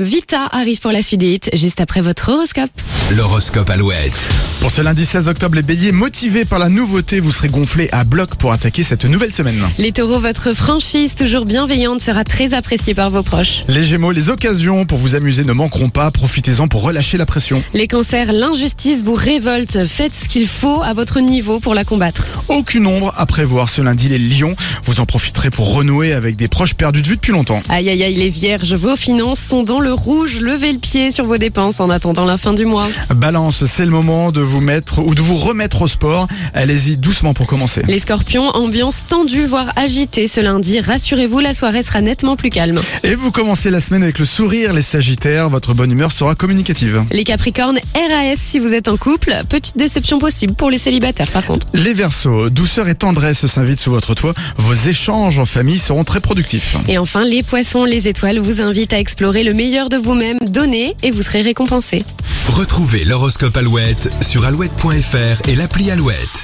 Vita arrive pour la suite des hits, juste après votre horoscope. L'horoscope Alouette. Pour ce lundi 16 octobre, les béliers motivés par la nouveauté, vous serez gonflés à bloc pour attaquer cette nouvelle semaine. Les taureaux, votre franchise toujours bienveillante sera très appréciée par vos proches. Les gémeaux, les occasions pour vous amuser ne manqueront pas, profitez-en pour relâcher la pression. Les cancers, l'injustice vous révolte, faites ce qu'il faut à votre niveau pour la combattre. Aucune ombre à prévoir ce lundi, les lions, vous en profiterez pour renouer avec des proches perdus de vue depuis longtemps. Aïe aïe aïe, les vierges, vos finances sont dans le rouge, levez le pied sur vos dépenses en attendant la fin du mois. Balance, c'est le moment de vous mettre ou de vous remettre au sport, allez-y doucement pour commencer. Les scorpions, ambiance tendue voire agitée ce lundi, rassurez-vous, la soirée sera nettement plus calme. Et vous commencez la semaine avec le sourire, les sagittaires, votre bonne humeur sera communicative. Les capricornes, RAS si vous êtes en couple, petite déception possible pour les célibataires par contre. Les versos, douceur et tendresse s'invitent sous votre toit, vos échanges en famille seront très productifs. Et enfin, les poissons, les étoiles vous invitent à explorer le meilleur de vous-même, donnez et vous serez récompensé. Retrouvez l'horoscope Alouette sur alouette.fr et l'appli Alouette.